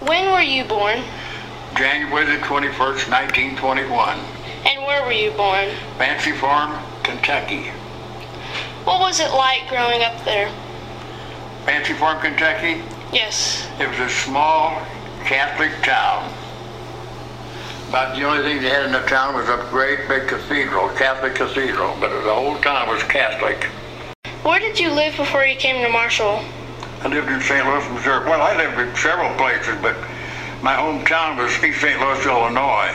When were you born? January the 21st, 1921. And where were you born? Fancy Farm, Kentucky. What was it like growing up there? Fancy Farm, Kentucky? Yes. It was a small Catholic town. About the only thing they had in the town was a great big cathedral, Catholic cathedral, but the whole town was Catholic. Where did you live before you came to Marshall? I lived in St. Louis, Missouri. Well, I lived in several places, but my hometown was East St. Louis, Illinois.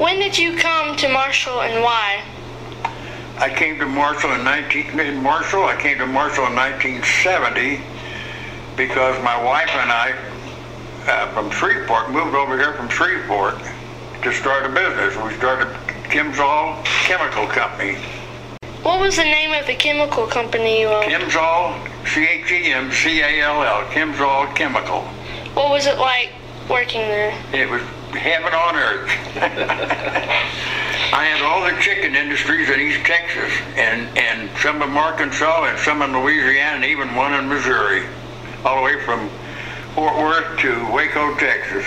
When did you come to Marshall and why? I came to Marshall in 19 in Marshall. I came to Marshall in 1970 because my wife and I uh, from Shreveport moved over here from Shreveport to start a business. We started Kimsol Chemical Company. What was the name of the chemical company you owned? Kimsol, E C-H-E-M-C-A-L-L, Kimsol Chemical. What was it like working there? It was heaven on earth. I had all the chicken industries in East Texas and, and some in Arkansas and some in Louisiana and even one in Missouri, all the way from Fort Worth to Waco, Texas.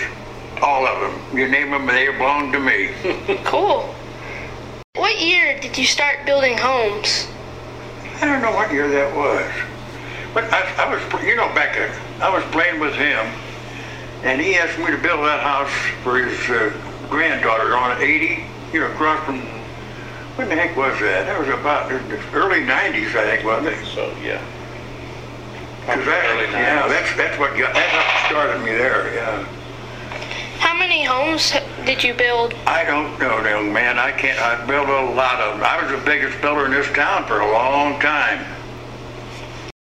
All of them. You name them, they belong to me. Hmm. Cool. What year did you start building homes? I don't know what year that was, but I, I was, you know, Becca, I was playing with him, and he asked me to build that house for his uh, granddaughter on 80, you know, across from. When the heck was that? That was about in the early 90s, I think, wasn't it? So, yeah. 'Cause that- Early Yeah, 90s. that's that's what got, that's what started me there. Yeah. How many homes h- did you build? I don't know, young man. I can't. I built a lot of them. I was the biggest builder in this town for a long time.